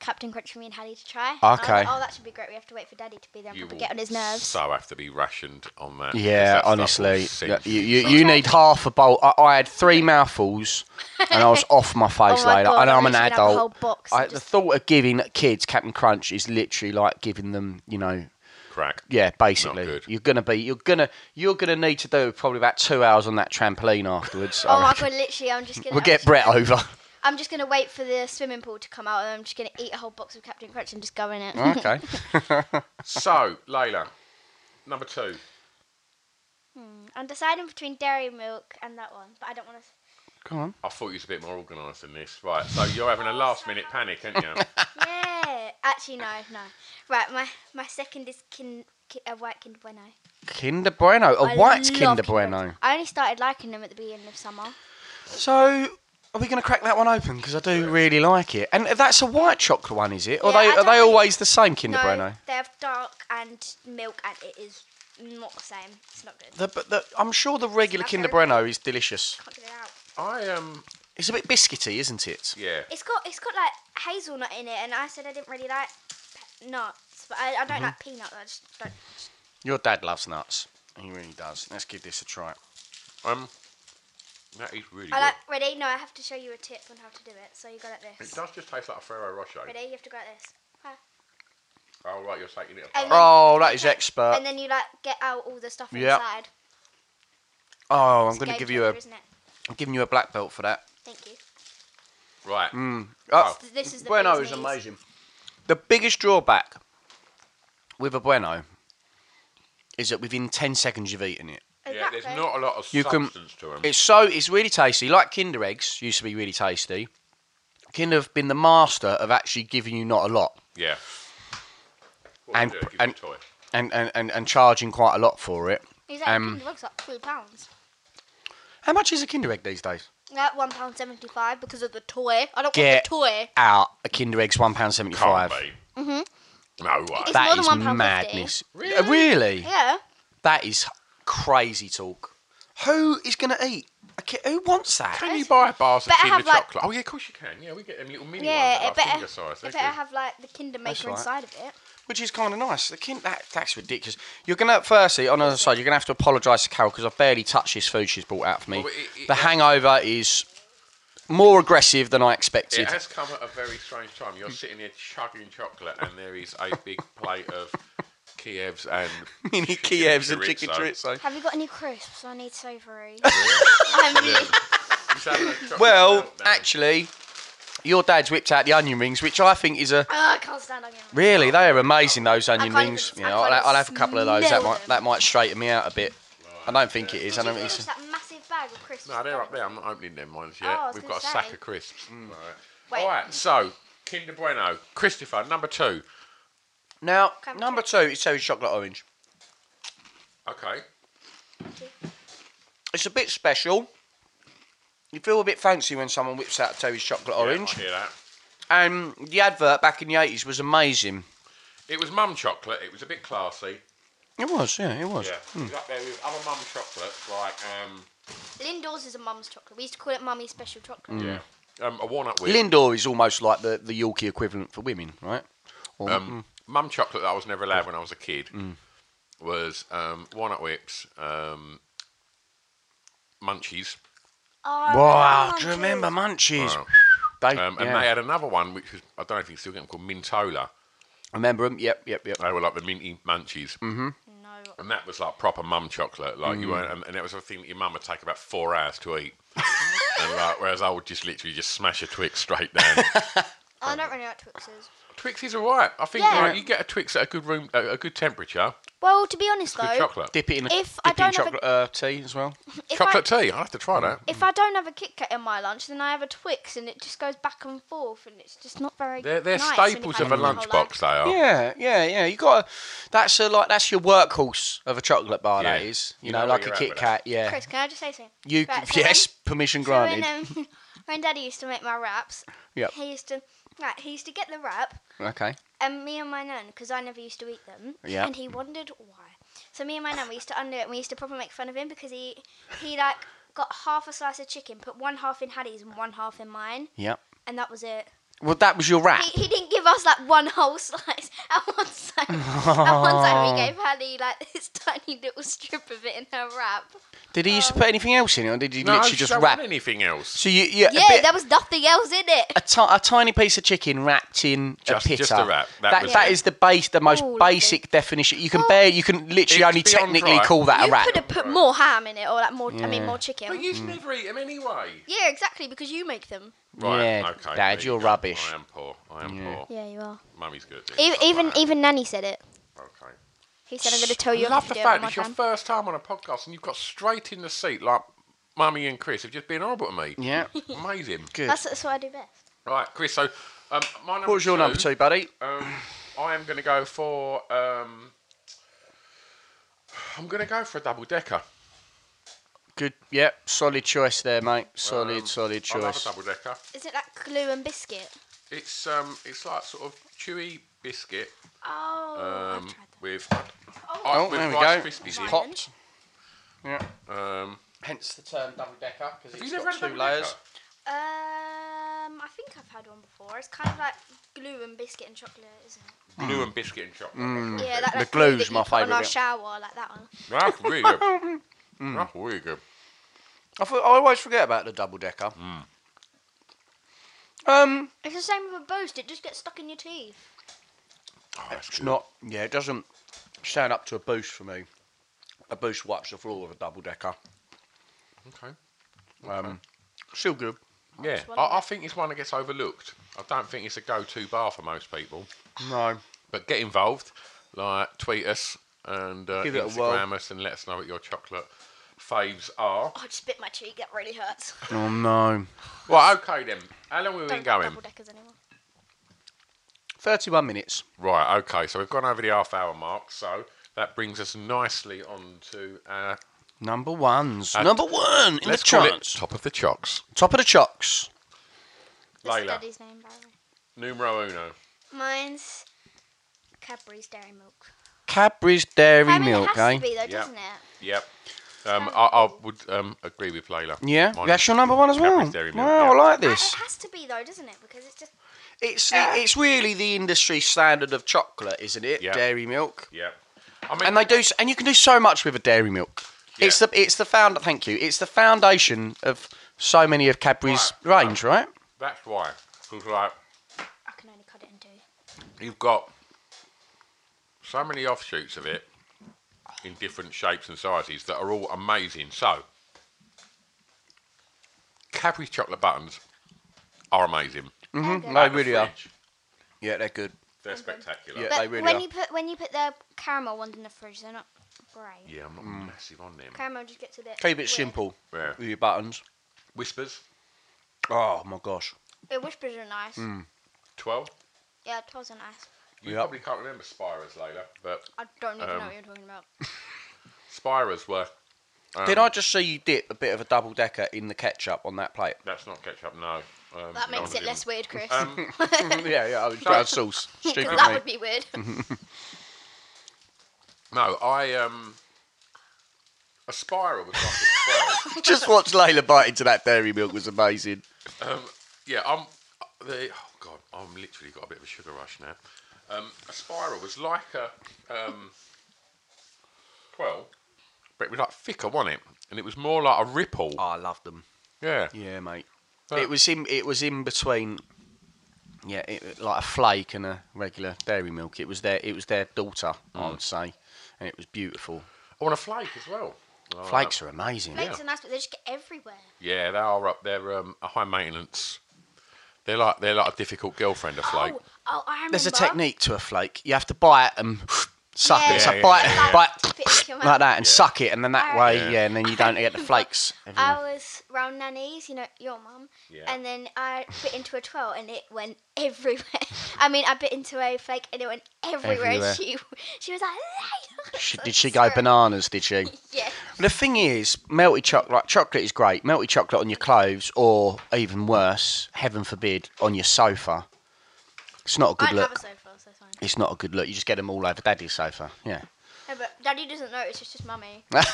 H: Captain Crunch for me and Hallie to try. And I was
G: Okay.
H: like, oh, that should be great. We have to wait for Daddy to be there and
E: you
H: probably
E: will
H: get on his nerves.
E: so have to be rationed on that. 'cause
G: Yeah,
E: that stuff will
G: honestly,
E: sink
G: yeah, you, you,
E: so-
G: you need half a bowl. I, I had three mouthfuls, and I was off my face
H: Oh my
G: later.
H: God,
G: and
H: I
G: I'm an
H: wish we'd have a
G: adult.
H: whole box
G: I,
H: and
G: the
H: just-
G: thought of giving kids Captain Crunch is literally like giving them, you know,
E: crack.
G: Yeah, basically, you're gonna be you're gonna you're gonna need to do probably about two hours on that trampoline afterwards. I
H: oh my
G: reckon.
H: god, literally, I'm just gonna.
G: We'll get Brett over.
H: I'm just gonna wait for the swimming pool to come out, and I'm just gonna eat a whole box of Captain Crunch and just go in it.
E: so, Layla, number two.
H: Hmm, I'm deciding between dairy milk and that one, but I don't want to.
G: Come on.
E: I thought you was a bit more organised than this. Right, so you're having a last minute panic, aren't you?
H: Yeah, actually, no, no. Right, my my second is kin, ki uh, white Kinder Bueno.
G: Kinder Bueno, a
H: I
G: white
H: love
G: Kinder
H: Kinder
G: Bueno.
H: I only started liking them at the beginning of summer.
G: So, are we going to crack that one open? Because I do really like it. And that's a white chocolate one, is it? Or
H: Yeah, I
G: they are
H: don't
G: they
H: think-
G: always the same Kinder
H: no,
G: Bueno?
H: They have dark and milk, and it is not the same. It's not good.
G: The, but the, I'm sure the regular
H: It's not
G: Kinder
H: very
G: Bueno is delicious.
H: Can't get it out.
E: I um.
G: It's a bit biscuity, isn't it?
E: Yeah.
H: It's got it's got like hazelnut in it, and I said I didn't really like pe- nuts, but I, I don't
G: Mhm.
H: like peanut. I just don't.
G: Your dad loves nuts. He really does. Let's give this a try.
E: Um, that is really
H: I like ready. No, I have to show you a tip on how to do it. So you go like
E: It
H: this.
E: does just taste like a Ferrero Rocher.
H: Ready? You have to go like this. Ah.
E: Oh right, you're taking it apart.
H: And then-
G: Oh, that is expert.
H: and then you like get out all the stuff
G: Yeah.
H: inside.
G: Oh, I'm
H: It's
G: going to
H: game
G: give you a,
H: changer, isn't it?
G: I'm giving you a black belt for that.
H: Thank you.
E: Right.
G: Mm.
H: Oh.
G: Oh,
H: This is the
G: bueno
H: bee's
G: is
H: knees.
G: amazing. The biggest drawback with a bueno is that within 10 seconds you've eaten it.
E: Yeah, there's not a lot of
G: You can-
E: substance to them.
G: It's so it's really tasty. Like Kinder eggs used to be really tasty. Kinder have been the master of actually giving you not a lot
E: yeah.
G: and,
E: do, give you
G: and,
E: a toy.
G: and and and and charging quite a lot for it.
H: He's like
G: Um,
H: um, looks like three pounds.
G: how much is a Kinder egg these days?
H: Like one pound seventy five because of the toy. I don't
G: Get
H: want
G: out a Kinder egg's one pound seventy five.
H: the toy. Mhm.
E: No way.
H: It's more
G: That
H: than
G: is
H: £1.50.
G: madness.
H: Really?
G: Uh, really?
H: Yeah.
G: That is crazy talk. Who is going to eat? a ki- who wants that?
E: Can you buy bars of
H: Better
E: Kinder
H: have, like-
E: chocolate? Oh yeah, of course you can. Yeah, we get them little mini
H: yeah,
E: ones.
H: it
E: that are
H: better,
E: finger size.
H: it
E: They're
H: better
E: good.
H: have like the Kinder
G: That's
H: Maker
G: right.
H: inside of it.
G: Which is kind of nice. The kin- that, that's ridiculous. You're going to, firstly, on the other side, you're going to have to apologise to Carol because I've barely touched this food she's brought out for me.
E: Well, it- it-
G: the hangover is more aggressive than I expected.
E: It has come at a very strange time. You're sitting here chugging chocolate, and there is a big plate of Kievs and
G: Mini
E: chicken
G: Kievs and chicken chorizo.
H: Have you got any crisps? I need savoury. oh,
E: Yeah. He's having a chocolate
G: Well,
E: melt.
G: actually, your dad's whipped out the onion rings, which I think is a.
H: Oh, I can't stand onion.
G: Really, they are amazing. Those onion
H: can't
G: rings.
H: even-
G: you
H: I
G: know,
H: can't
G: I'll,
H: even
G: I'll have a couple of those. That
H: smell
G: might that might straighten me out a bit. I don't think it is. I
H: Did you
G: don't think
H: finish
G: it's.
H: that massive bag of crisps?
E: No, they're up there. I'm not opening them ones
H: Oh,
E: yet.
H: I was
E: We've
H: gonna
E: got a sack
H: say.
E: of crisps. Right.
H: Wait.
E: All right, so Kinder Bueno, Christopher, number two.
G: Now number two is cherry chocolate orange.
E: Okay.
G: It's a bit special. You feel a bit fancy when someone whips out Terry's chocolate orange.
E: I hear that.
G: And the advert back in the eighties was amazing.
E: It was mum chocolate. It was a bit classy.
G: It was, yeah, it was.
E: Yeah.
G: Hmm.
E: It was up there with other mum chocolates like um,
H: Lindor's is a mum's chocolate. We used to call it mummy's special chocolate.
G: Mm.
E: um a walnut whip.
G: Lindor is almost like the the Yorkie equivalent for women, right? Or-
E: um,
G: Mm-hmm.
E: mum chocolate that I was never allowed when I was a kid
G: Mm.
E: was um, walnut whips, um, munchies.
H: Oh,
G: Wow, do you remember Munchies?
E: Wow.
G: They,
E: Um, and
G: yeah.
E: they had another one which was I don't know if you still get them called Mintola.
G: Remember them? Yep, yep, yep.
E: They were like the minty munchies.
G: Mhm.
E: And that was like proper mum chocolate. Like you
G: Mm.
E: weren't, and, and that was a thing that your mum would take about four hours to eat. and like, whereas I would just literally just smash a Twix straight down.
H: I don't really like Twixes.
E: Twixies are right. I think
H: Yeah.
E: like, you get a Twix at a good room, a, a good temperature.
H: Well, to be honest
E: Good
H: though,
E: chocolate.
G: Dip it in a
H: If
G: dip
H: I
G: it in
H: don't have a-
G: chocolate uh, tea as well.
H: If
E: chocolate
H: I-
E: tea. I'll have to try that.
H: if I don't have a Kit Kat in my lunch, then I have a Twix, and it just goes back and forth, and it's just not very.
E: They're, they're
H: nice when you
E: staples
H: have
E: of a
H: it your whole life.
E: lunchbox. They are.
G: Yeah, yeah, yeah. You got to that's a like that's your workhorse of a chocolate bar. That
E: Yeah.
G: is, you,
E: You
G: know,
E: know where
G: like a
E: you're at
G: Kit
E: with
G: Kat.
E: that.
G: Yeah,
H: Chris, can I just say something?
G: you
H: Right, so
G: yes, permission
H: So when,
G: granted.
H: um, when Daddy used to make my wraps,
G: Yep.
H: he used to right. He used to get the wrap,
G: okay.
H: and me and my nan, because I never used to eat them,
G: Yep.
H: and he wondered why. So me and my nan, we used to undo it, and we used to probably make fun of him because he he like got half a slice of chicken, put one half in Hattie's and one half in mine,
G: Yep.
H: and that was it.
G: Well, that was your rap.
H: He, he didn't give us like one whole slice at one time. at one time, he gave Hallie like this tiny little strip of it in her wrap.
G: Did he used to put anything else in, or did he
E: No,
G: literally
E: she
G: just
E: don't
G: wrap?
E: want anything else.
G: So you, yeah,
H: yeah,
G: a bit,
H: there was nothing else in it.
G: a, ti- a tiny piece of chicken wrapped in
E: Just-
G: a pita.
E: just a wrap. That
G: That,
E: was
G: that
E: it.
G: is the base, the most
H: Ooh, Oh, lovely. Oh.
G: basic definition. You can bear, you can literally
E: It's
G: only
E: beyond
G: technically
E: right.
G: call that
H: You
G: a wrap.
H: could have put more ham in it, or like more. I mean, more chicken.
E: But you
G: Mm.
E: never eat them anyway.
H: yeah, exactly, because you make them.
E: Right,
G: Yeah,
E: okay.
G: Dad,
E: there you
G: you're
E: go.
G: rubbish.
E: I am poor. I am poor.
H: Yeah, you are.
E: Mummy's good at doing
H: Even
E: stuff like
H: E, even,
E: that.
H: even Nanny said it.
E: Okay.
H: He said, "I'm going to tell you."
E: I
H: if
E: love
H: you
E: the
H: do it
E: fact
H: one
E: it's your
H: more time."
E: first time on a podcast and you've got straight in the seat like Mummy and Chris have just been horrible to me.
G: Yeah.
E: Amazing.
G: Good.
H: That's, that's what I do best.
E: Right, Chris, so um, my number
G: What was your number two, buddy?
E: Um, I am going to go for. Um, I'm going to go for a double decker.
G: Good. Yep. Solid choice there, mate. Solid, solid
E: I love um, a
G: choice.
E: double decker.
H: Is it like glue and biscuit?
E: It's um, it's like sort of chewy biscuit
H: Oh,
E: um,
H: I've tried that.
E: with
G: Oh,
E: with
G: there we
E: Rice
G: go.
E: Krispies
G: It's
E: in.
G: popped. Yeah.
E: Um,
G: Hence the term double decker because
E: have you never
G: it's
E: had a
G: got two
E: double
G: layers.
E: decker?
H: Um, I think I've had one before. It's kind of like glue and biscuit and chocolate, isn't it?
E: Glue and biscuit and chocolate.
G: Mm.
H: Yeah, that,
G: The
H: like
G: glue's
H: that you
G: my
H: put On
G: favourite
H: our
G: bit.
H: shower, like that one.
E: That's really good. That's really Oh, good.
G: I, thought, I always forget about the double decker. Um,
H: It's the same with a boost. It just gets stuck in your teeth.
E: Oh, that's
G: it's
E: good.
G: not. Yeah, it doesn't stand up to a boost for me. A boost wipes the floor with a double decker.
E: Okay.
G: Um, still good.
E: Yeah, I, I think it's one that gets overlooked. I don't think it's a go-to bar for most people.
G: No.
E: But get involved, like tweet us and uh,
G: Give it a
E: Instagram us, and let us know what your chocolate faves are.
H: Oh, I just bit my cheek. That really hurts.
G: Oh no.
E: Right, okay then. How long have we
H: Don't
E: been going?
H: double deckers anymore.
G: Thirty-one minutes.
E: Right, okay. So we've gone over the half-hour mark. So that brings us nicely on to our
G: Number ones.
E: Uh,
G: Number one in
E: let's
G: the
E: call it
G: charts.
E: top of the chocks.
G: Top of the chocks.
H: That's
E: Layla.
H: Daddy's name, by the way.
E: Numero uno.
H: Mine's Cadbury's Dairy Milk.
G: Cadbury's Dairy
H: I mean,
G: Milk,
H: it has
G: eh?
H: to be though,
E: Yeah.
H: doesn't it?
E: Yep. Um, I, I would um, agree with Layla.
G: Yeah,
E: Mine
G: that's
E: is
G: your number one as well.
E: Cadbury's Dairy Milk,
G: Wow, I
E: yeah.
G: like
H: I-
G: this.
H: Uh, It has to be though, doesn't it? Because it's just
G: It's the, it's really the industry standard of chocolate, isn't it?
E: Yeah.
G: Dairy milk,
E: Yep. I mean,
G: and they do, s- and you can do so much with a dairy milk. It's
E: Yeah.
G: the it's the found. Thank you. It's the foundation of so many of Cadbury's
E: Right.
G: range, right?
E: that's why. 'Cause, like,
H: I can only cut it in two.
E: you've got so many offshoots of it in different shapes and sizes that are all amazing. So, Cadbury's chocolate buttons are amazing.
G: Mm-hmm.
E: Out
G: They
E: of the
G: really are.
E: fridge,
G: Yeah, they're good.
E: They're spectacular.
G: Yeah.
E: Yeah.
H: But
G: they really
H: when
G: are.
H: you put when you put the caramel ones in the fridge, they're not great.
E: I'm not massive on them.
H: Caramel just gets a bit.
G: Keep it
H: weird.
G: simple
E: Yeah.
G: with your buttons.
E: Whispers,
G: Oh my gosh.
H: The whispers are nice.
G: Mm.
E: 12.
H: Yeah, twelves are nice.
E: You
G: Yep.
E: probably can't remember Spiras, Layla, but
H: I don't even
E: Um,
H: know what you're talking about.
E: Spiras were. Um,
G: Did I just see you dip a bit of a double decker in the ketchup on that plate?
E: That's not ketchup, no. Um,
H: That
E: no,
H: makes
E: I
H: it less
E: didn't.
H: weird, Chris.
E: Um,
G: yeah, yeah. I was
E: So-
G: sauce.
H: 'Cause
G: Stupid
H: that
G: me.
H: would be weird.
G: Mm-hmm.
E: no, I. Um, a spiral was like a twelve.
G: just watch Layla bite into that dairy milk was amazing.
E: Um, yeah, I'm. The, oh god, I'm literally got a bit of a sugar rush now. Um, a spiral was like a um, twelve, but it was like thicker, wasn't it? And it was more like a ripple.
G: Oh, I love them.
E: yeah.
G: Yeah, mate.
E: But-
G: It was in. It was in between. Yeah, it, like a flake and a regular dairy milk. It was their. It was their daughter,
E: Mm.
G: I would say, and it was beautiful.
E: Oh, and a flake as well. Oh,
G: Flakes are amazing.
H: Flakes are nice, but they just get everywhere.
E: Yeah, they are up there. Um, a high maintenance. They're like they're like a difficult girlfriend. A flake.
H: Oh, oh, I remember.
G: There's a technique to a flake. You have to bite and suck
H: Yeah,
G: it. So
E: yeah,
G: bite,
E: yeah, yeah.
G: bite
H: Spit it in your
G: like
H: mouth.
G: that, and suck it, and then that
H: I-
G: way,
E: Yeah.
G: yeah, and then you don't get the flakes. everywhere.
H: I was round nannies, you know, your mum,
E: Yeah.
H: and then I bit into a twirl and it went everywhere. I mean, I bit into a flake and it went everywhere.
G: Everywhere.
H: And she, she was like, "Layla."
G: She,
H: So
G: did she go
H: sorry.
G: bananas? Did she?
H: Yeah.
G: The thing is, melted chocolate, like, chocolate is great. Melted chocolate on your clothes, or even worse, heaven forbid, on your sofa. It's not a
H: I
G: good
H: don't
G: look.
H: have a sofa, so it's fine.
G: It's not a good look. You just get them all over daddy's sofa. Yeah.
H: No, but Daddy doesn't notice. It's just Mummy.
E: I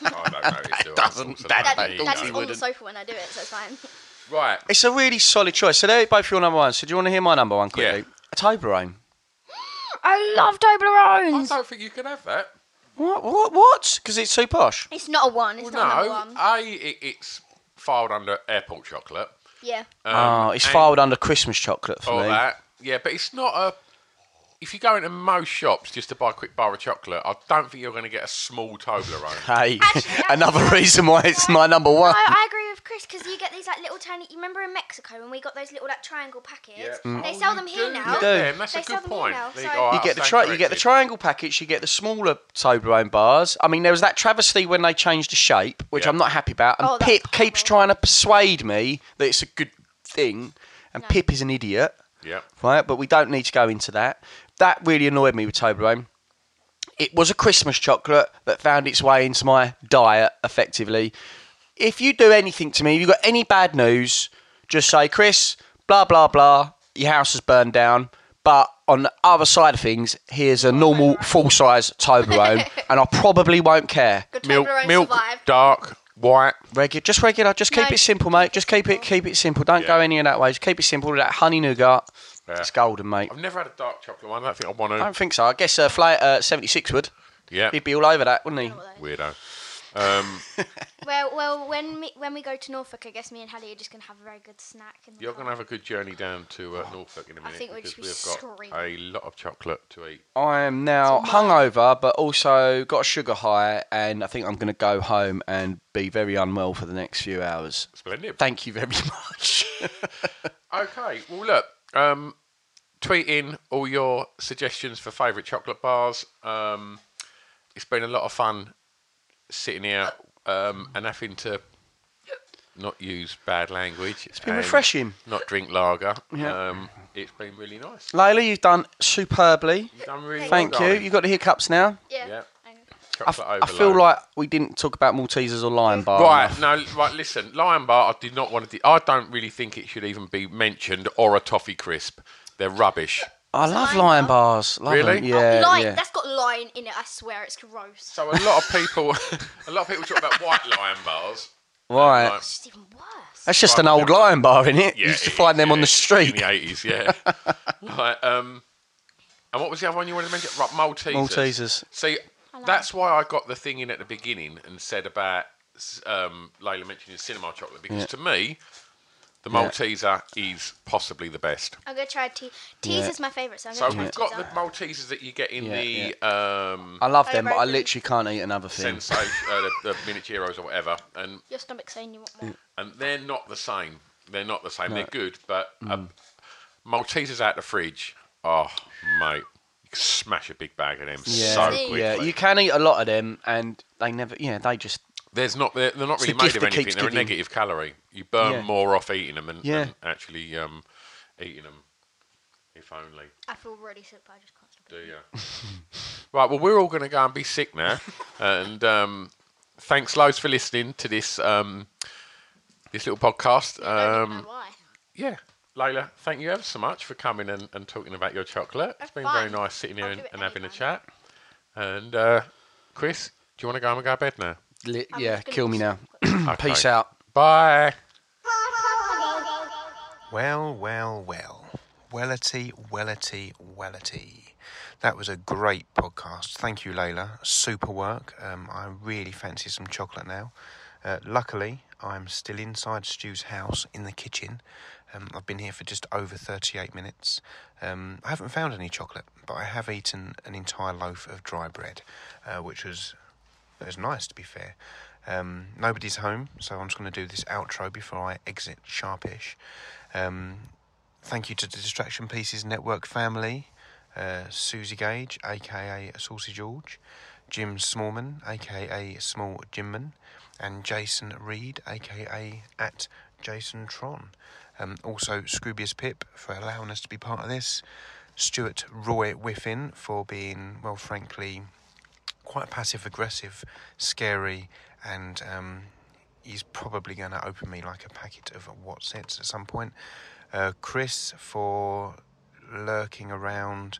E: don't know. It's all
G: doesn't-
E: sorts of
G: that
E: like
H: Daddy,
E: ego.
G: don't-
H: Daddy's on the
G: wouldn't.
H: sofa when I do it, so it's fine.
E: Right.
G: It's a really solid choice. So they're both your number one. So do you want to hear my number one quickly? A Toblerone.
H: I love Toblerones.
E: I don't think you can have that.
G: What? What? What? Because it's so posh.
H: It's not a one. It's
E: Well,
H: not a
E: no.
H: number one.
E: A, it, it's filed under airport chocolate.
H: Yeah.
G: oh, it's
E: and-
G: filed under Christmas chocolate for
E: Um, All
G: me.
E: that. Uh, Yeah, but it's not a. If you go into most shops just to buy a quick bar of chocolate, I don't think you're going to get a small Toblerone.
G: Hey, another reason why it's my number one.
H: No, I agree with Chris because you get these like little tiny. You remember in Mexico when we got those little like triangle packets?
E: Yeah.
G: Mm.
H: They sell them here now.
E: Look at them, That's
H: they
E: a
H: sell
E: good
H: them
E: point.
H: here now.
E: There
H: so-
E: go. All right,
G: you get the
E: I'll
G: tri-
E: stand
G: you get the
E: corrected.
G: triangle packets, you get the smaller Toblerone bars. I mean, there was that travesty when they changed the shape, which I'm not happy about. And
H: Oh, that's
G: Pip keeps trying to persuade me that it's a good thing, and Pip is an idiot,
E: Yeah.
G: right? But we don't need to go into that. That really annoyed me with Toblerone. It was a Christmas chocolate that found its way into my diet effectively. If you do anything to me, if you've got any bad news, just say, Chris, blah, blah, blah, your house has burned down. But on the other side of things, here's a normal full size Toblerone, and I probably won't care.
E: Milk,
H: Toblerone
E: milk,
H: survived.
E: dark, white.
G: Regular, just regular, just keep
H: No.
G: it simple, mate. Just keep it, keep it simple. Don't go any of that way. Just keep it simple. That honey nougat,
E: Yeah.
G: it's golden, mate.
E: I've never had a dark chocolate one. I don't think I want
G: I
E: to.
G: don't think so. I guess uh, Flight uh, 76 would.
E: Yeah.
G: He'd be all over that, wouldn't he?
E: Weirdo. Um,
H: Well, well, when me, when we go to Norfolk, I guess me and Hallie are just gonna have a very good snack. In the
E: you're going to have a good journey down to uh, Norfolk in a minute
H: Oh. think we'll
E: because
H: just be
E: we've got a lot of chocolate to eat.
G: I am now hungover, but also got a sugar high, and I think I'm going to go home and be very unwell for the next few hours.
E: Splendid.
G: Thank you very much.
E: Okay. Well, look. Um, tweet in all your suggestions for favourite chocolate bars. Um, it's been a lot of fun sitting here um, and having to not use bad language. It's
G: been refreshing.
E: Not drink lager.
G: Yeah.
E: Um, it's been really nice.
G: Layla, you've done superbly.
E: You've done really
G: Thank
E: well,
G: you.
E: darling.
G: You've got the hiccups now.
H: Yeah.
E: Yeah.
G: I,
E: Chocolate
G: f- I feel
E: overload.
G: like we didn't talk about Maltesers or Lion Bar.
E: Right,
G: enough.
E: no, right, listen, Lion Bar, I did not want to. De- I don't really think it should even be mentioned or a toffee crisp. They're rubbish.
G: I love Lion Bars. Love
E: Really?
G: them. Yeah,
H: line.
G: yeah.
H: Oh, That's got line in it. I swear, it's gross.
E: So a lot of people, a lot of people talk about white Lion Bars.
G: Right.
E: Like,
H: It's even worse.
G: That's just an old Lion Bar, isn't it? you used to
E: it is,
G: find them on
E: yeah,
G: the street.
E: in the eighties. Yeah. like, um, and what was the other one you wanted to mention? Right, Maltesers.
G: Maltesers.
E: See, that's why I got the thing in at the beginning and said about s- um, Layla mentioning cinema chocolate because to me, the Malteser is possibly the best.
H: I'm gonna try tea. Tea's
G: Yeah.
H: is my favourite, so I'm
E: So
H: gonna
E: we've
H: try
E: got the
H: teaser.
E: Maltesers that you get in
G: Yeah,
E: the um,
G: I love them, but I
H: Overrated.
G: literally can't eat another thing.
E: Sensei, uh, the, the miniaturos or whatever, and
H: Your stomach's saying you want more.
E: and they're not the same. They're not the same. They're good, but
G: Mm.
E: um, Maltesers out the fridge. Oh, mate, you could smash a big bag of them so quickly.
G: yeah. You can eat a lot of them, and they never. Yeah, they just.
E: There's not. They're, they're not
G: It's
E: really made
G: the gift
E: of
G: that keeps
E: anything. They're a
G: giving.
E: negative calorie. You burn
G: Yeah.
E: more off eating them than,
G: Yeah.
E: than actually um, eating them. If only.
H: I feel really sick, but I just can't stop.
E: Do you? right. Well, we're all going to go and be sick now, and um, thanks loads for listening to this um, this little podcast.
H: I don't
E: Um,
H: know why.
E: yeah, Layla, thank you ever so much for coming and, and talking about your chocolate. It's
H: That's
E: been
H: fine.
E: very nice sitting here
H: I'll
E: and,
H: do it
E: and having a
H: anytime.
E: chat. And uh, Chris, do you want to go home and go to bed now?
G: Li- yeah,
H: just gonna
G: kill me
H: eat
G: now.
E: Okay.
G: Peace out.
E: Bye.
D: Well, well, well. Wellity, wellity, wellity. That was a great podcast. Thank you, Layla. Super work. Um, I really fancy some chocolate now. Uh, luckily, I'm still inside Stu's house in the kitchen. Um, I've been here for just over 38 minutes. Um, I haven't found any chocolate, but I have eaten an entire loaf of dry bread, uh, which was it was nice, to be fair. Um, nobody's home, so I'm just going to do this outro before I exit sharpish. Um, thank you to the Distraction Pieces Network family uh, Susie Gage, aka Saucy George, Jim Smallman, aka Small Jimman, and Jason Reed, aka at Jason Tron. Um, also, Scroobius Pip for allowing us to be part of this. Stuart Roy Whiffin for being, well, frankly, quite passive aggressive, scary, and um, he's probably going to open me like a packet of Watsits at some point. Uh, Chris for lurking around,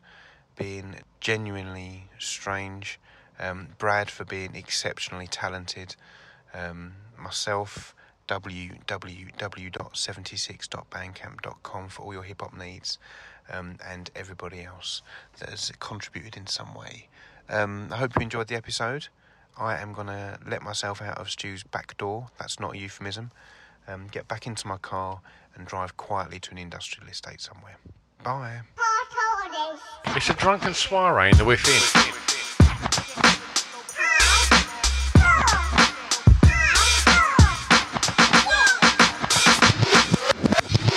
D: being genuinely strange. Um, Brad for being exceptionally talented. Um, myself www.76.bandcamp.com for all your hip hop needs um, and everybody else that has contributed in some way. Um, I hope you enjoyed the episode. I am going to let myself out of Stu's back door. That's not a euphemism. Um, get back into my car and drive quietly to an industrial estate somewhere. Bye.
F: It's a drunken soiree in the within.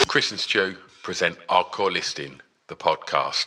F: Chris and Stu present Hardcore Listing, the podcast.